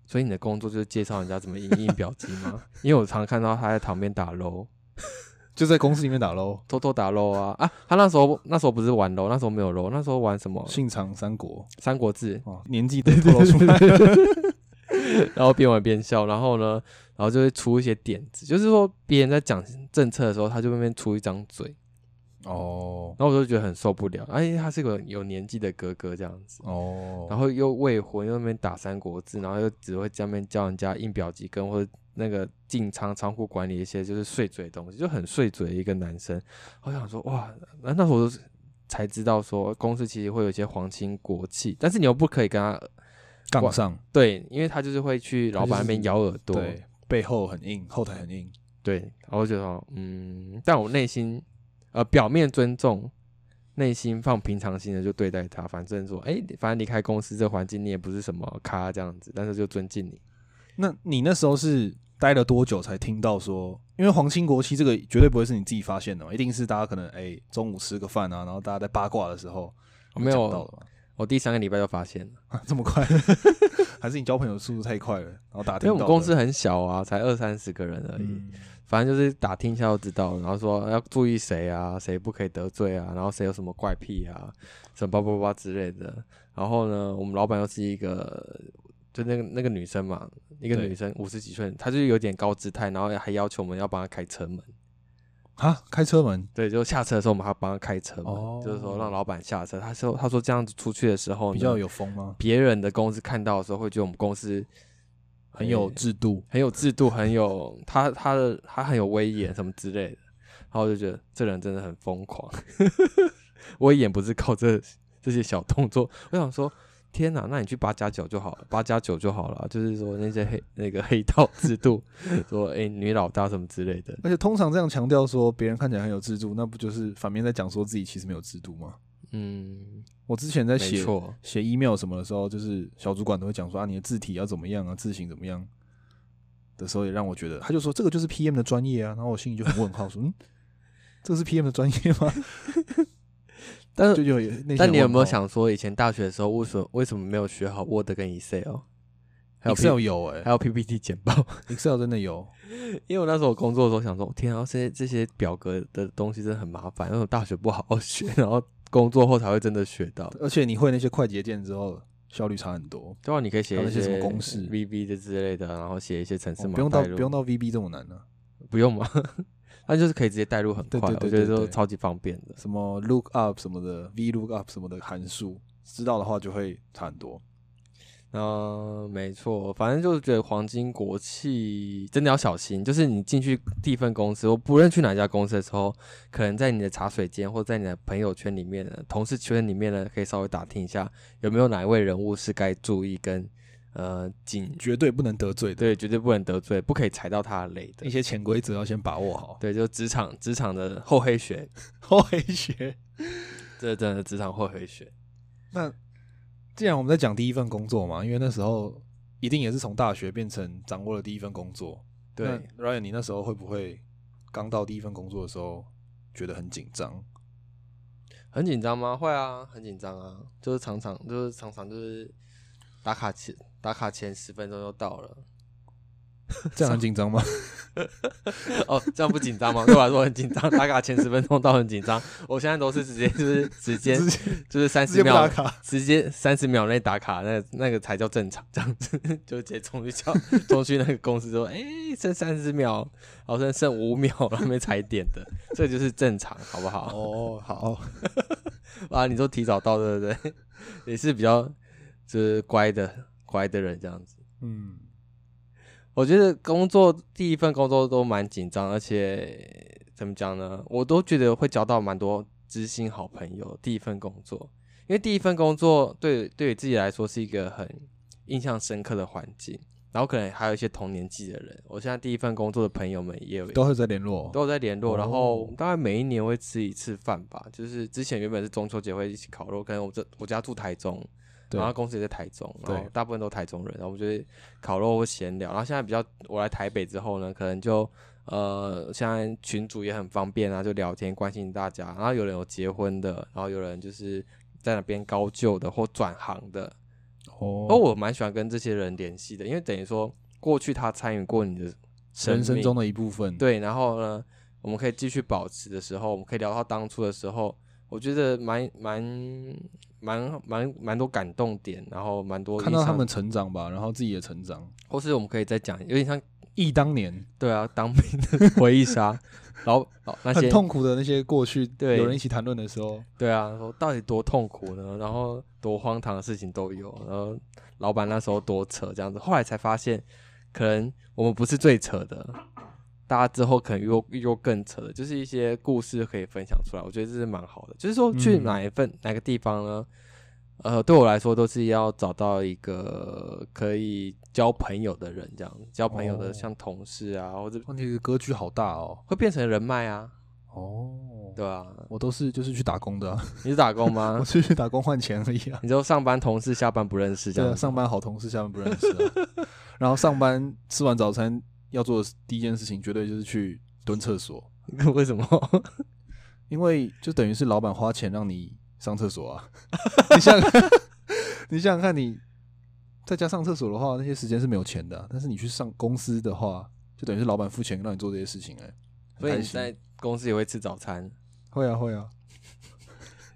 Speaker 2: 所以你的工作就是介绍人家怎么印印表机吗？ 因为我常看到他在旁边打 LO，
Speaker 1: 就在公司里面打喽，
Speaker 2: 偷偷打 LO 啊啊！他那时候那时候不是玩 LO，那时候没有 LO，那时候玩什么《
Speaker 1: 信长三国
Speaker 2: 三国志》，
Speaker 1: 哦，年纪都透露出来，
Speaker 2: 然后边玩边笑，然后呢，然后就会出一些点子，就是说别人在讲政策的时候，他就那边出一张嘴，
Speaker 1: 哦
Speaker 2: 然后我就觉得很受不了，哎，他是个有年纪的哥哥这样子，
Speaker 1: 哦，
Speaker 2: 然后又未婚，又在那边打三国志，然后又只会在那边教人家印表机跟或者那个进仓仓库管理一些就是碎嘴的东西，就很碎嘴的一个男生。我想说，哇，那那时候我就才知道说公司其实会有一些皇亲国戚，但是你又不可以跟他
Speaker 1: 杠上
Speaker 2: 对，因为他就是会去老板那边
Speaker 1: 他
Speaker 2: 咬耳朵，
Speaker 1: 对背后很硬，后台很硬，
Speaker 2: 对，然后我就说，嗯，但我内心呃表面尊重，内心放平常心的就对待他，反正说，哎、反正离开公司这环境你也不是什么咖这样子，但是就尊敬你。
Speaker 1: 那你那时候是待了多久才听到说？因为皇亲国戚这个绝对不会是你自己发现的嘛，一定是大家可能哎、中午吃个饭啊，然后大家在八卦的时候
Speaker 2: 我没
Speaker 1: 讲到
Speaker 2: 有，
Speaker 1: 的嘛，
Speaker 2: 我第三个礼拜就发现了，
Speaker 1: 啊这么快， 还是你交朋友速度太快了，然后打
Speaker 2: 因
Speaker 1: 听
Speaker 2: 为
Speaker 1: 到的
Speaker 2: 我们公司很小啊，才二三十个人而已，
Speaker 1: 嗯
Speaker 2: 反正就是打听一下就知道了，然后说要注意谁啊，谁不可以得罪啊，然后谁有什么怪癖啊，什么叭叭叭之类的。然后呢，我们老板又是一个，就那个那个女生嘛，一个
Speaker 1: 对
Speaker 2: 女生五十几岁，她就是有点高姿态，然后还要求我们要帮她开车门，
Speaker 1: 啊开车门
Speaker 2: 对，就下车的时候我们还要帮她开车门，
Speaker 1: 哦
Speaker 2: 就是说让老板下车。她说她说这样子出去的时候呢，
Speaker 1: 比较有风吗？
Speaker 2: 别人的公司看到的时候会觉得我们公司
Speaker 1: 很
Speaker 2: 哎
Speaker 1: 有制度，
Speaker 2: 很有制度，很有他他的他很有威严什么之类的，然后我就觉得这人真的很疯狂， 威严不是靠这这些小动作。我想说，天哪，那你去八加九就好了，八加九就好了，啊就是说那些黑那个黑道制度， 说哎、女老大什么之类的，
Speaker 1: 而且通常这样强调说别人看起来很有制度，那不就是反面在讲说自己其实没有制度吗？
Speaker 2: 嗯，
Speaker 1: 我之前在
Speaker 2: 没
Speaker 1: 写
Speaker 2: 错，
Speaker 1: 写 email 什么的时候，就是小主管都会讲说啊，你的字体要怎么样啊，字形怎么样的时候，也让我觉得，他就说这个就是 PM 的专业啊，然后我心里就很问号，说嗯，这个是 PM 的专业吗？
Speaker 2: 但。
Speaker 1: 就是有内心
Speaker 2: 但你有
Speaker 1: 问
Speaker 2: 没
Speaker 1: 号
Speaker 2: 有想哦说，以前大学的时候，为什么为什么没有学好 Word 跟 Excel，还有 P,
Speaker 1: Excel 有哎、
Speaker 2: 还有 PPT 简报？
Speaker 1: Excel 真的有，
Speaker 2: 因为我那时候工作的时候想说，天啊，这些这些表格的东西真的很麻烦，因为我大学不好好学， 然后工作后才会真的学到。
Speaker 1: 而且你会那些快捷键之后，效率差很多，
Speaker 2: 对啊，你可以写
Speaker 1: 还有
Speaker 2: 一
Speaker 1: 那些什么公式
Speaker 2: VB 的之类的，然后写一些程
Speaker 1: 哦
Speaker 2: 式码、
Speaker 1: 不用到不用，到 VB 这么难啊，
Speaker 2: 不用吗？ 那就是可以直接带入很
Speaker 1: 对
Speaker 2: 快，
Speaker 1: 对对
Speaker 2: 我觉得
Speaker 1: 对
Speaker 2: 都
Speaker 1: 对
Speaker 2: 超级方便的。
Speaker 1: 什么 lookup 什么的，vlookup 什么的函数，知道的话就会差很多。
Speaker 2: 嗯，没错，反正就是觉得黄金国企真的要小心，就是你进去第一份公司，我不论去哪一家公司的时候，可能在你的茶水间或在你的朋友圈里面呢、同事圈里面呢，可以稍微打听一下有没有哪一位人物是该注意跟呃警，
Speaker 1: 绝对不能得罪的，
Speaker 2: 对，绝对不能得罪，不可以踩到他的雷的
Speaker 1: 一。些潜规则要先把握好。
Speaker 2: 对，就职场职场的厚黑学，
Speaker 1: 后黑学。
Speaker 2: 这真的职场厚黑学。
Speaker 1: 那既然我们在讲第一份工作嘛，因为那时候一定也是从大学变成掌握了第一份工作。
Speaker 2: 对，
Speaker 1: 那，Ryan，你那时候会不会刚到第一份工作的时候觉得很紧张？
Speaker 2: 很紧张吗？会啊，很紧张啊，就是常常就是常常就是打卡前打卡前十分钟就到了，
Speaker 1: 这样很紧张吗？
Speaker 2: 哦，这样不紧张吗？对我来说很紧张，打卡前十分钟倒很紧张。我现在都是直接就是直接
Speaker 1: 直接
Speaker 2: 就是三
Speaker 1: 直接
Speaker 2: 十
Speaker 1: 不打
Speaker 2: 秒，
Speaker 1: 卡，
Speaker 2: 直接三十秒内打卡，那那个才叫正常。这样子就直接冲去叫冲去那个公司说，哎、剩三十秒，好像剩五秒了，还没踩点的，这就是正常，好不好？
Speaker 1: 哦，好，
Speaker 2: 啊，你都提早到，对不对？ 也是比较就是乖的乖的人这样子。
Speaker 1: 嗯，
Speaker 2: 我觉得工作第一份工作都蛮紧张，而且怎么讲呢？我都觉得会交到蛮多知心好朋友。第一份工作，因为第一份工作对对于自己来说是一个很印象深刻的环境，然后可能还有一些同年纪的人。我现在第一份工作的朋友们也有
Speaker 1: 都会在联络，
Speaker 2: 都有在联络，然
Speaker 1: 哦
Speaker 2: 后大概每一年会吃一次饭吧。就是之前原本是中秋节会一起烤肉，可能我这我家住台中，
Speaker 1: 对
Speaker 2: 然后公司也在台中，
Speaker 1: 对
Speaker 2: 然后大部分都台中人，然后我们就会烤肉或闲聊。然后现在比较我来台北之后呢，可能就呃，现在群主也很方便啊，就聊天关心大家。然后有人有结婚的，然后有人就是在那边高就的或转行的，
Speaker 1: 哦
Speaker 2: 哦，我蛮喜欢跟这些人联系的，因为等于说过去他参与过你的生
Speaker 1: 人生
Speaker 2: 命
Speaker 1: 中的一部分，，
Speaker 2: 对，然后呢，我们可以继续保持的时候，我们可以聊到当初的时候，我觉得蛮蛮蛮蛮蛮多感动点，然后蛮多
Speaker 1: 看
Speaker 2: 印
Speaker 1: 到他
Speaker 2: 象
Speaker 1: 们，成长吧，然后自己也成长，
Speaker 2: 或是我们可以再讲，有点像
Speaker 1: 忆当年
Speaker 2: 对啊，当兵的 回忆杀，然后哦那
Speaker 1: 很
Speaker 2: 些
Speaker 1: 痛苦的那些过去，
Speaker 2: 对
Speaker 1: 有人一起谈论的时候，
Speaker 2: 对啊，说到底多痛苦呢，然后多荒唐的事情都有，然后老板那时候多扯这样子，后来才发现，可能我们不是最扯的，大家之后可能遇过遇过更扯的，就是一些故事可以分享出来，我觉得这是蛮好的。就是说去
Speaker 1: 嗯
Speaker 2: 哪一份、哪个地方呢？呃，对我来说都是要找到一个可以交朋友的人，这样交朋友的
Speaker 1: 哦
Speaker 2: 像同事啊，或者
Speaker 1: 问题是格局好大哦，
Speaker 2: 会变成人脉啊，
Speaker 1: 哦，
Speaker 2: 对啊，
Speaker 1: 我都是就是去打工的啊、
Speaker 2: 你是打 工
Speaker 1: 我
Speaker 2: 吗？
Speaker 1: 是去打工换钱而已啊。
Speaker 2: 你就上班同事，下班不认识这
Speaker 1: 对
Speaker 2: 样
Speaker 1: 啊，
Speaker 2: 子
Speaker 1: 上班好同事，下班不认识、啊。 然后上班吃完早餐要做的第一件事情，绝对就是去蹲厕所，
Speaker 2: 为什么？
Speaker 1: 因为就等于是老板花钱让你上厕所啊。 你想想看， 你想想看，你在家上厕所的话，那些时间是没有钱的啊、但是你去上公司的话，就等于是老板付钱让你做这些事情、欸，哎，
Speaker 2: 所以你在公司也会吃早餐，
Speaker 1: 会啊会啊，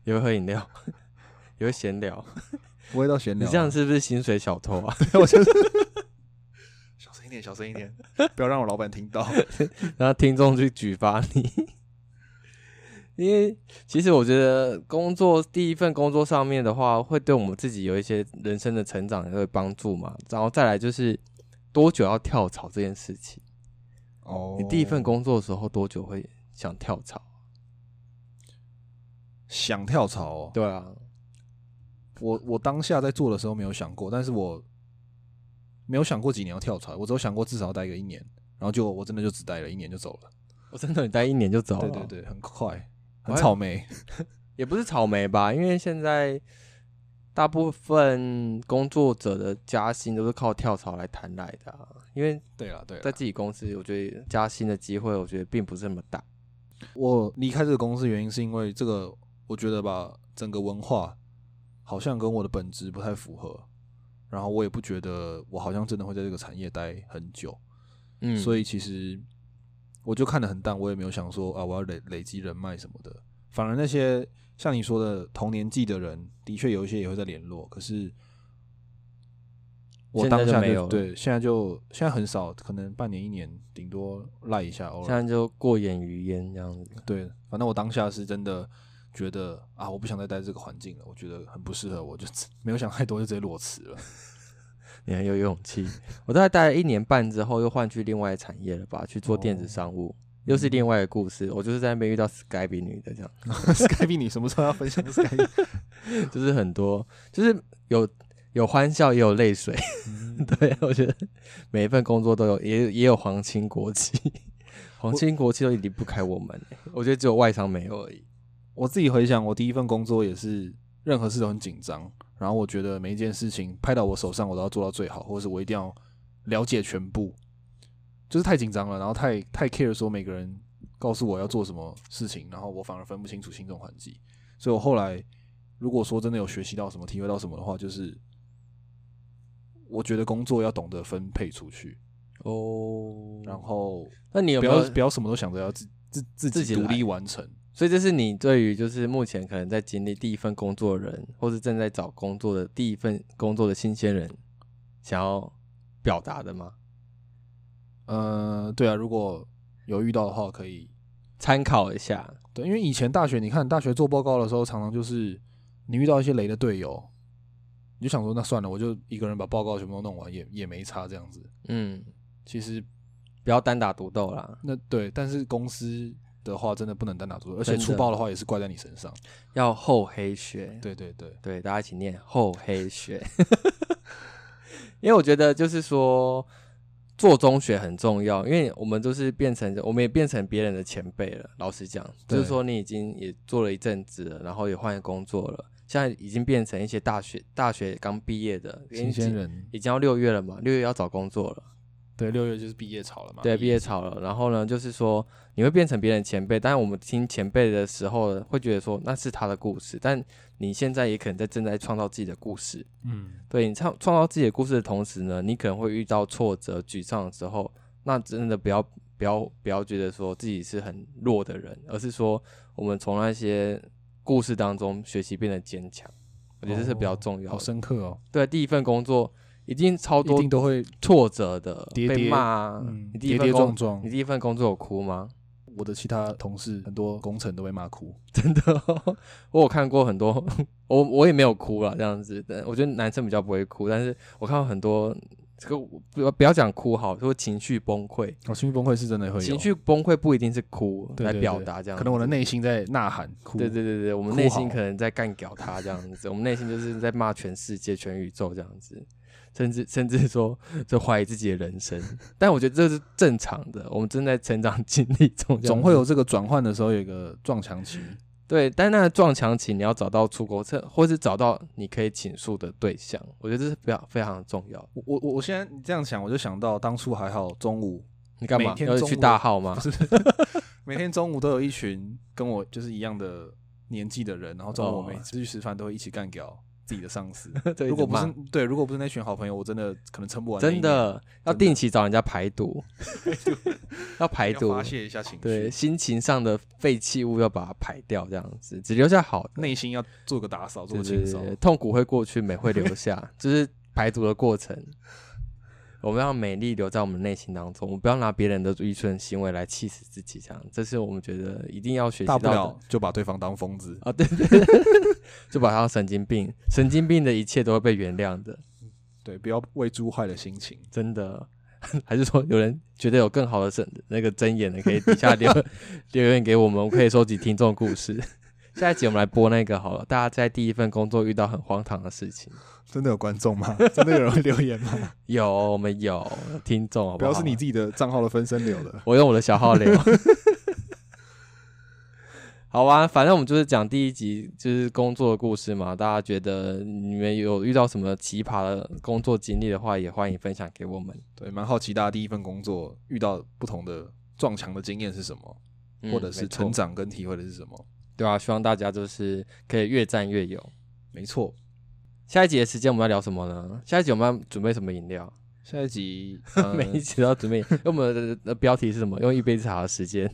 Speaker 2: 也会喝饮料， 也会闲聊。
Speaker 1: 不会到闲
Speaker 2: 你
Speaker 1: 聊啊、
Speaker 2: 这样是不是薪水小偷啊？
Speaker 1: 我就是小声一点，小声一点， 不要让我老板听 到。
Speaker 2: 然后听众去举发你。 因为其实我觉得工作第一份工作上面的话，会对我们自己有一些人生的成长也会帮助嘛。然后再来就是多久要跳槽这件事情，
Speaker 1: 哦
Speaker 2: 你第一份工作的时候多久会想跳槽？
Speaker 1: 想跳槽、哦，
Speaker 2: 对啊，
Speaker 1: 我我当下在做的时候没有想过，但是我没有想过几年要跳槽，我只有想过至少要待个一年，然后就我真的就只待了一年就走了。
Speaker 2: 我真的你待一年就走了，
Speaker 1: 对对对，很快，
Speaker 2: 我
Speaker 1: 很
Speaker 2: 还
Speaker 1: 草莓。
Speaker 2: 也不是草莓吧，因为现在大部分工作者的加薪都是靠跳槽来谈来的啊、因为
Speaker 1: 对啊了对
Speaker 2: 在
Speaker 1: 了，
Speaker 2: 自己公司，我觉得加薪的机会，我觉得并不是那么大。
Speaker 1: 我离开这个公司的原因是因为这个，我觉得吧，整个文化好像跟我的本质不太符合，然后我也不觉得我好像真的会在这个产业待很久。
Speaker 2: 嗯
Speaker 1: 所
Speaker 2: 以
Speaker 1: 以其实我就看得很淡，我也没有想说啊，我要累累积人脉什么的。反而那些像你说的同年纪的人，的确有一些也会在联络，可是我
Speaker 2: 现在
Speaker 1: 当
Speaker 2: 就
Speaker 1: 下
Speaker 2: 没有了
Speaker 1: 对，现在就现在很少，可能半年一年顶多赖一下，偶
Speaker 2: 现
Speaker 1: 尔
Speaker 2: 在就过眼云烟这样子。
Speaker 1: 对。反正我当下是真的觉得啊，我不想再待这个环境了，我觉得很不适合，我就 没有想太多，就直接裸辞了。
Speaker 2: 你很有勇气。 我大概待了一年半之后，又换去另外的产业了吧，去做电子
Speaker 1: 哦
Speaker 2: 商务，又是另外的故事。我就是在那边遇到 Skype 女的这样。
Speaker 1: Skype，你什么时候要分享 Skype？
Speaker 2: 就是很多，就是有有欢笑，也有泪水。
Speaker 1: 嗯
Speaker 2: 对，我觉得每一份工作都有，也也有皇亲国戚，皇亲国戚都离不开我们、我觉得只有外商没有而已。
Speaker 1: 我自己回想，我第一份工作也是任何事都很紧张，然后我觉得每一件事情拍到我手上，我都要做到最好，或者是我一定要了解全部，就是太紧张了，然后太太 care 说每个人告诉我要做什么事情，然后我反而分不清楚轻重缓急，所以我后来如果说真的有学习到什么、体会到什么的话，就是我觉得工作要懂得分配出去，
Speaker 2: 哦
Speaker 1: 然后
Speaker 2: 那你有
Speaker 1: 哦不
Speaker 2: 没
Speaker 1: 要
Speaker 2: 有？
Speaker 1: 不要什么都想着要自自自
Speaker 2: 自
Speaker 1: 己
Speaker 2: 己
Speaker 1: 独
Speaker 2: 来
Speaker 1: 立完成。
Speaker 2: 所以这是你对于就是目前可能在经历第一份工作的人，或是正在找工作的第一份工作的新鲜人，想要表达的吗？
Speaker 1: 呃，对啊，如果有遇到的话，可以
Speaker 2: 参考一下，
Speaker 1: 对，因为以前大学，你看大学做报告的时候，常常就是你遇到一些雷的队友，你就想说那算了，我就一个人把报告全部都弄完，也也没差这样子。
Speaker 2: 嗯，
Speaker 1: 其实
Speaker 2: 不要单打独斗啦，
Speaker 1: 那对，但是公司的话真的不能单打独斗，而且
Speaker 2: 真的
Speaker 1: 出包的话也是怪在你身上。
Speaker 2: 要厚黑学。
Speaker 1: 对对对，
Speaker 2: 对，大家一起念厚黑学。 因为我觉得就是说，做中学很重要，因为我们就是变成，我们也变成别人的前辈了。老实讲，就
Speaker 1: 对
Speaker 2: 是说你已经也做了一阵子了，然后也换工作了，现在已经变成一些大学大学刚毕业的
Speaker 1: 新鲜，
Speaker 2: 已经
Speaker 1: 人，
Speaker 2: 已经要六月了嘛，六月要找工作了。
Speaker 1: 对，六月就是毕业潮了嘛。
Speaker 2: 对，毕业潮了。然后呢，就是说你会变成别人前辈，但是我们听前辈的时候，会觉得说那是他的故事，但你现在也可能在正在创造自己的故事。
Speaker 1: 嗯，
Speaker 2: 对你创创造自己的故事的同时呢，你可能会遇到挫折、沮丧的时候，那真的不要不要不要觉得说自己是很弱的人，而是说我们从那些故事当中学习变得坚强，我觉得这是比较
Speaker 1: 哦
Speaker 2: 重要
Speaker 1: 好
Speaker 2: 的。
Speaker 1: 深刻哦，
Speaker 2: 对，第一份工作一定超
Speaker 1: 一
Speaker 2: 嗯多
Speaker 1: 定都会
Speaker 2: 挫折的，
Speaker 1: 跌
Speaker 2: 被
Speaker 1: 跌
Speaker 2: 骂、啊。
Speaker 1: 嗯
Speaker 2: 你第一
Speaker 1: 跌
Speaker 2: 份
Speaker 1: 跌
Speaker 2: 工
Speaker 1: 撞，撞
Speaker 2: 你。第一份工作有哭吗？
Speaker 1: 我的其他同事很多工程都被骂哭，
Speaker 2: 真的、哦， 我有看过很多，我我也没有哭啦，这样子。但我觉得男生比较不会哭，但是我看到很多这个我不要不要讲哭好，说情绪崩溃，
Speaker 1: 我、情绪崩溃是真的会有
Speaker 2: 情，绪崩溃不一定是哭
Speaker 1: 对
Speaker 2: 来
Speaker 1: 对
Speaker 2: 表
Speaker 1: 对
Speaker 2: 达这样
Speaker 1: 可能我的
Speaker 2: 子
Speaker 1: 内心在呐喊哭。
Speaker 2: 对对对对，我们
Speaker 1: 哭
Speaker 2: 内心
Speaker 1: 嚎
Speaker 2: 可能在干掉他这样子，我们内心就是在骂全世界、全宇宙这样子，甚至甚至说就怀疑自己的人生。但我觉得这是正常的，我们正在成长经历中，这样
Speaker 1: 总会
Speaker 2: 子
Speaker 1: 有这个转换的时候有一个撞墙期。
Speaker 2: 对。但那个撞墙期，你要找到出国策，或是找到你可以倾诉的对象，我觉得这是非常非常重要。
Speaker 1: 我我我我现在你这样想，我就想到当初还好，中午
Speaker 2: 你干嘛
Speaker 1: 每天
Speaker 2: 要
Speaker 1: 中
Speaker 2: 去
Speaker 1: 午
Speaker 2: 大号吗？
Speaker 1: 每天中午都有一群跟我就是一样的年纪的人，然后中午我们
Speaker 2: 哦
Speaker 1: 每次去吃饭都会一起干掉自己的上司。
Speaker 2: 对
Speaker 1: 如果不
Speaker 2: 一直
Speaker 1: 是
Speaker 2: 骂
Speaker 1: 对，如果不是那群好朋友，我真的可能撑不完那一年。
Speaker 2: 真的要
Speaker 1: 真的
Speaker 2: 定期找人家 排毒，要排
Speaker 1: 要
Speaker 2: 毒
Speaker 1: 发，泄一下情
Speaker 2: 对，
Speaker 1: 绪，
Speaker 2: 心情上的废弃物要把它排掉，这样子只留下好的，
Speaker 1: 内心要做个打扫，做
Speaker 2: 对
Speaker 1: 个
Speaker 2: 对
Speaker 1: 清
Speaker 2: 对
Speaker 1: 扫。
Speaker 2: 对痛苦会过去，美会留 下，就是排毒的过程。我们要美丽留在我们内心当中，我们不要拿别人的愚蠢行为来气死自己，这样，这是我们觉得一定要学习
Speaker 1: 大
Speaker 2: 到
Speaker 1: 不
Speaker 2: 的
Speaker 1: 了。就把对方当疯子。
Speaker 2: 啊，对对对，就把他当神经病，神经病的一切都会被原谅的，
Speaker 1: 对，不要为猪坏了心情。
Speaker 2: 真的。还是说有人觉得有更好的真那个真言的，可以底下 留留言给我们，我们可以收集听众故事。下一集我们来播那个好了，大家在第一份工作遇到很荒唐的事情，
Speaker 1: 真的有观众吗？ 真的有人会留言吗？
Speaker 2: 有我们有听众好
Speaker 1: 不
Speaker 2: 好？
Speaker 1: 要是你自己的账号的分身流的。
Speaker 2: 我用我的小号聊。 好啊，反正我们就是讲第一集就是工作的故事嘛。大家觉得你们有遇到什么奇葩的工作经历的话，也欢迎分享给我们。
Speaker 1: 对，蛮好奇大家第一份工作遇到不同的撞墙的经验是什么，
Speaker 2: 嗯
Speaker 1: 或者是
Speaker 2: 没错
Speaker 1: 成长跟体会的是什么？
Speaker 2: 对啊，希望大家就是可以越战越勇。
Speaker 1: 没错，
Speaker 2: 下一集的时间我们要聊什么呢？下一集我们要准备什么饮料？
Speaker 1: 下一集、呃、
Speaker 2: 每一集都要准备。因为我们的的标题是什么？用一杯茶的时间。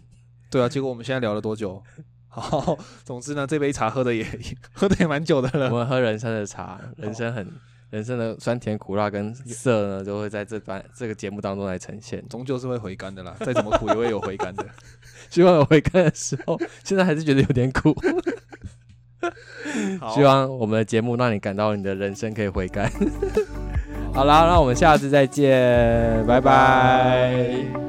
Speaker 1: 对啊，结果我们现在聊了多久？好，总之呢，这杯茶喝的也 喝的也蛮久的
Speaker 2: 我
Speaker 1: 了。
Speaker 2: 们喝人生的茶，人生很人生的酸甜苦辣跟涩呢，都会在这番这个节目当中来呈现。
Speaker 1: 终究是会回甘的啦，再怎么苦也会有回甘的。
Speaker 2: 希望我回看的时 候，现在还是觉得有点苦。
Speaker 1: 好
Speaker 2: 希望我们的节目让你感到你的人生可以回 甘。好啦，那我们下次再见，拜拜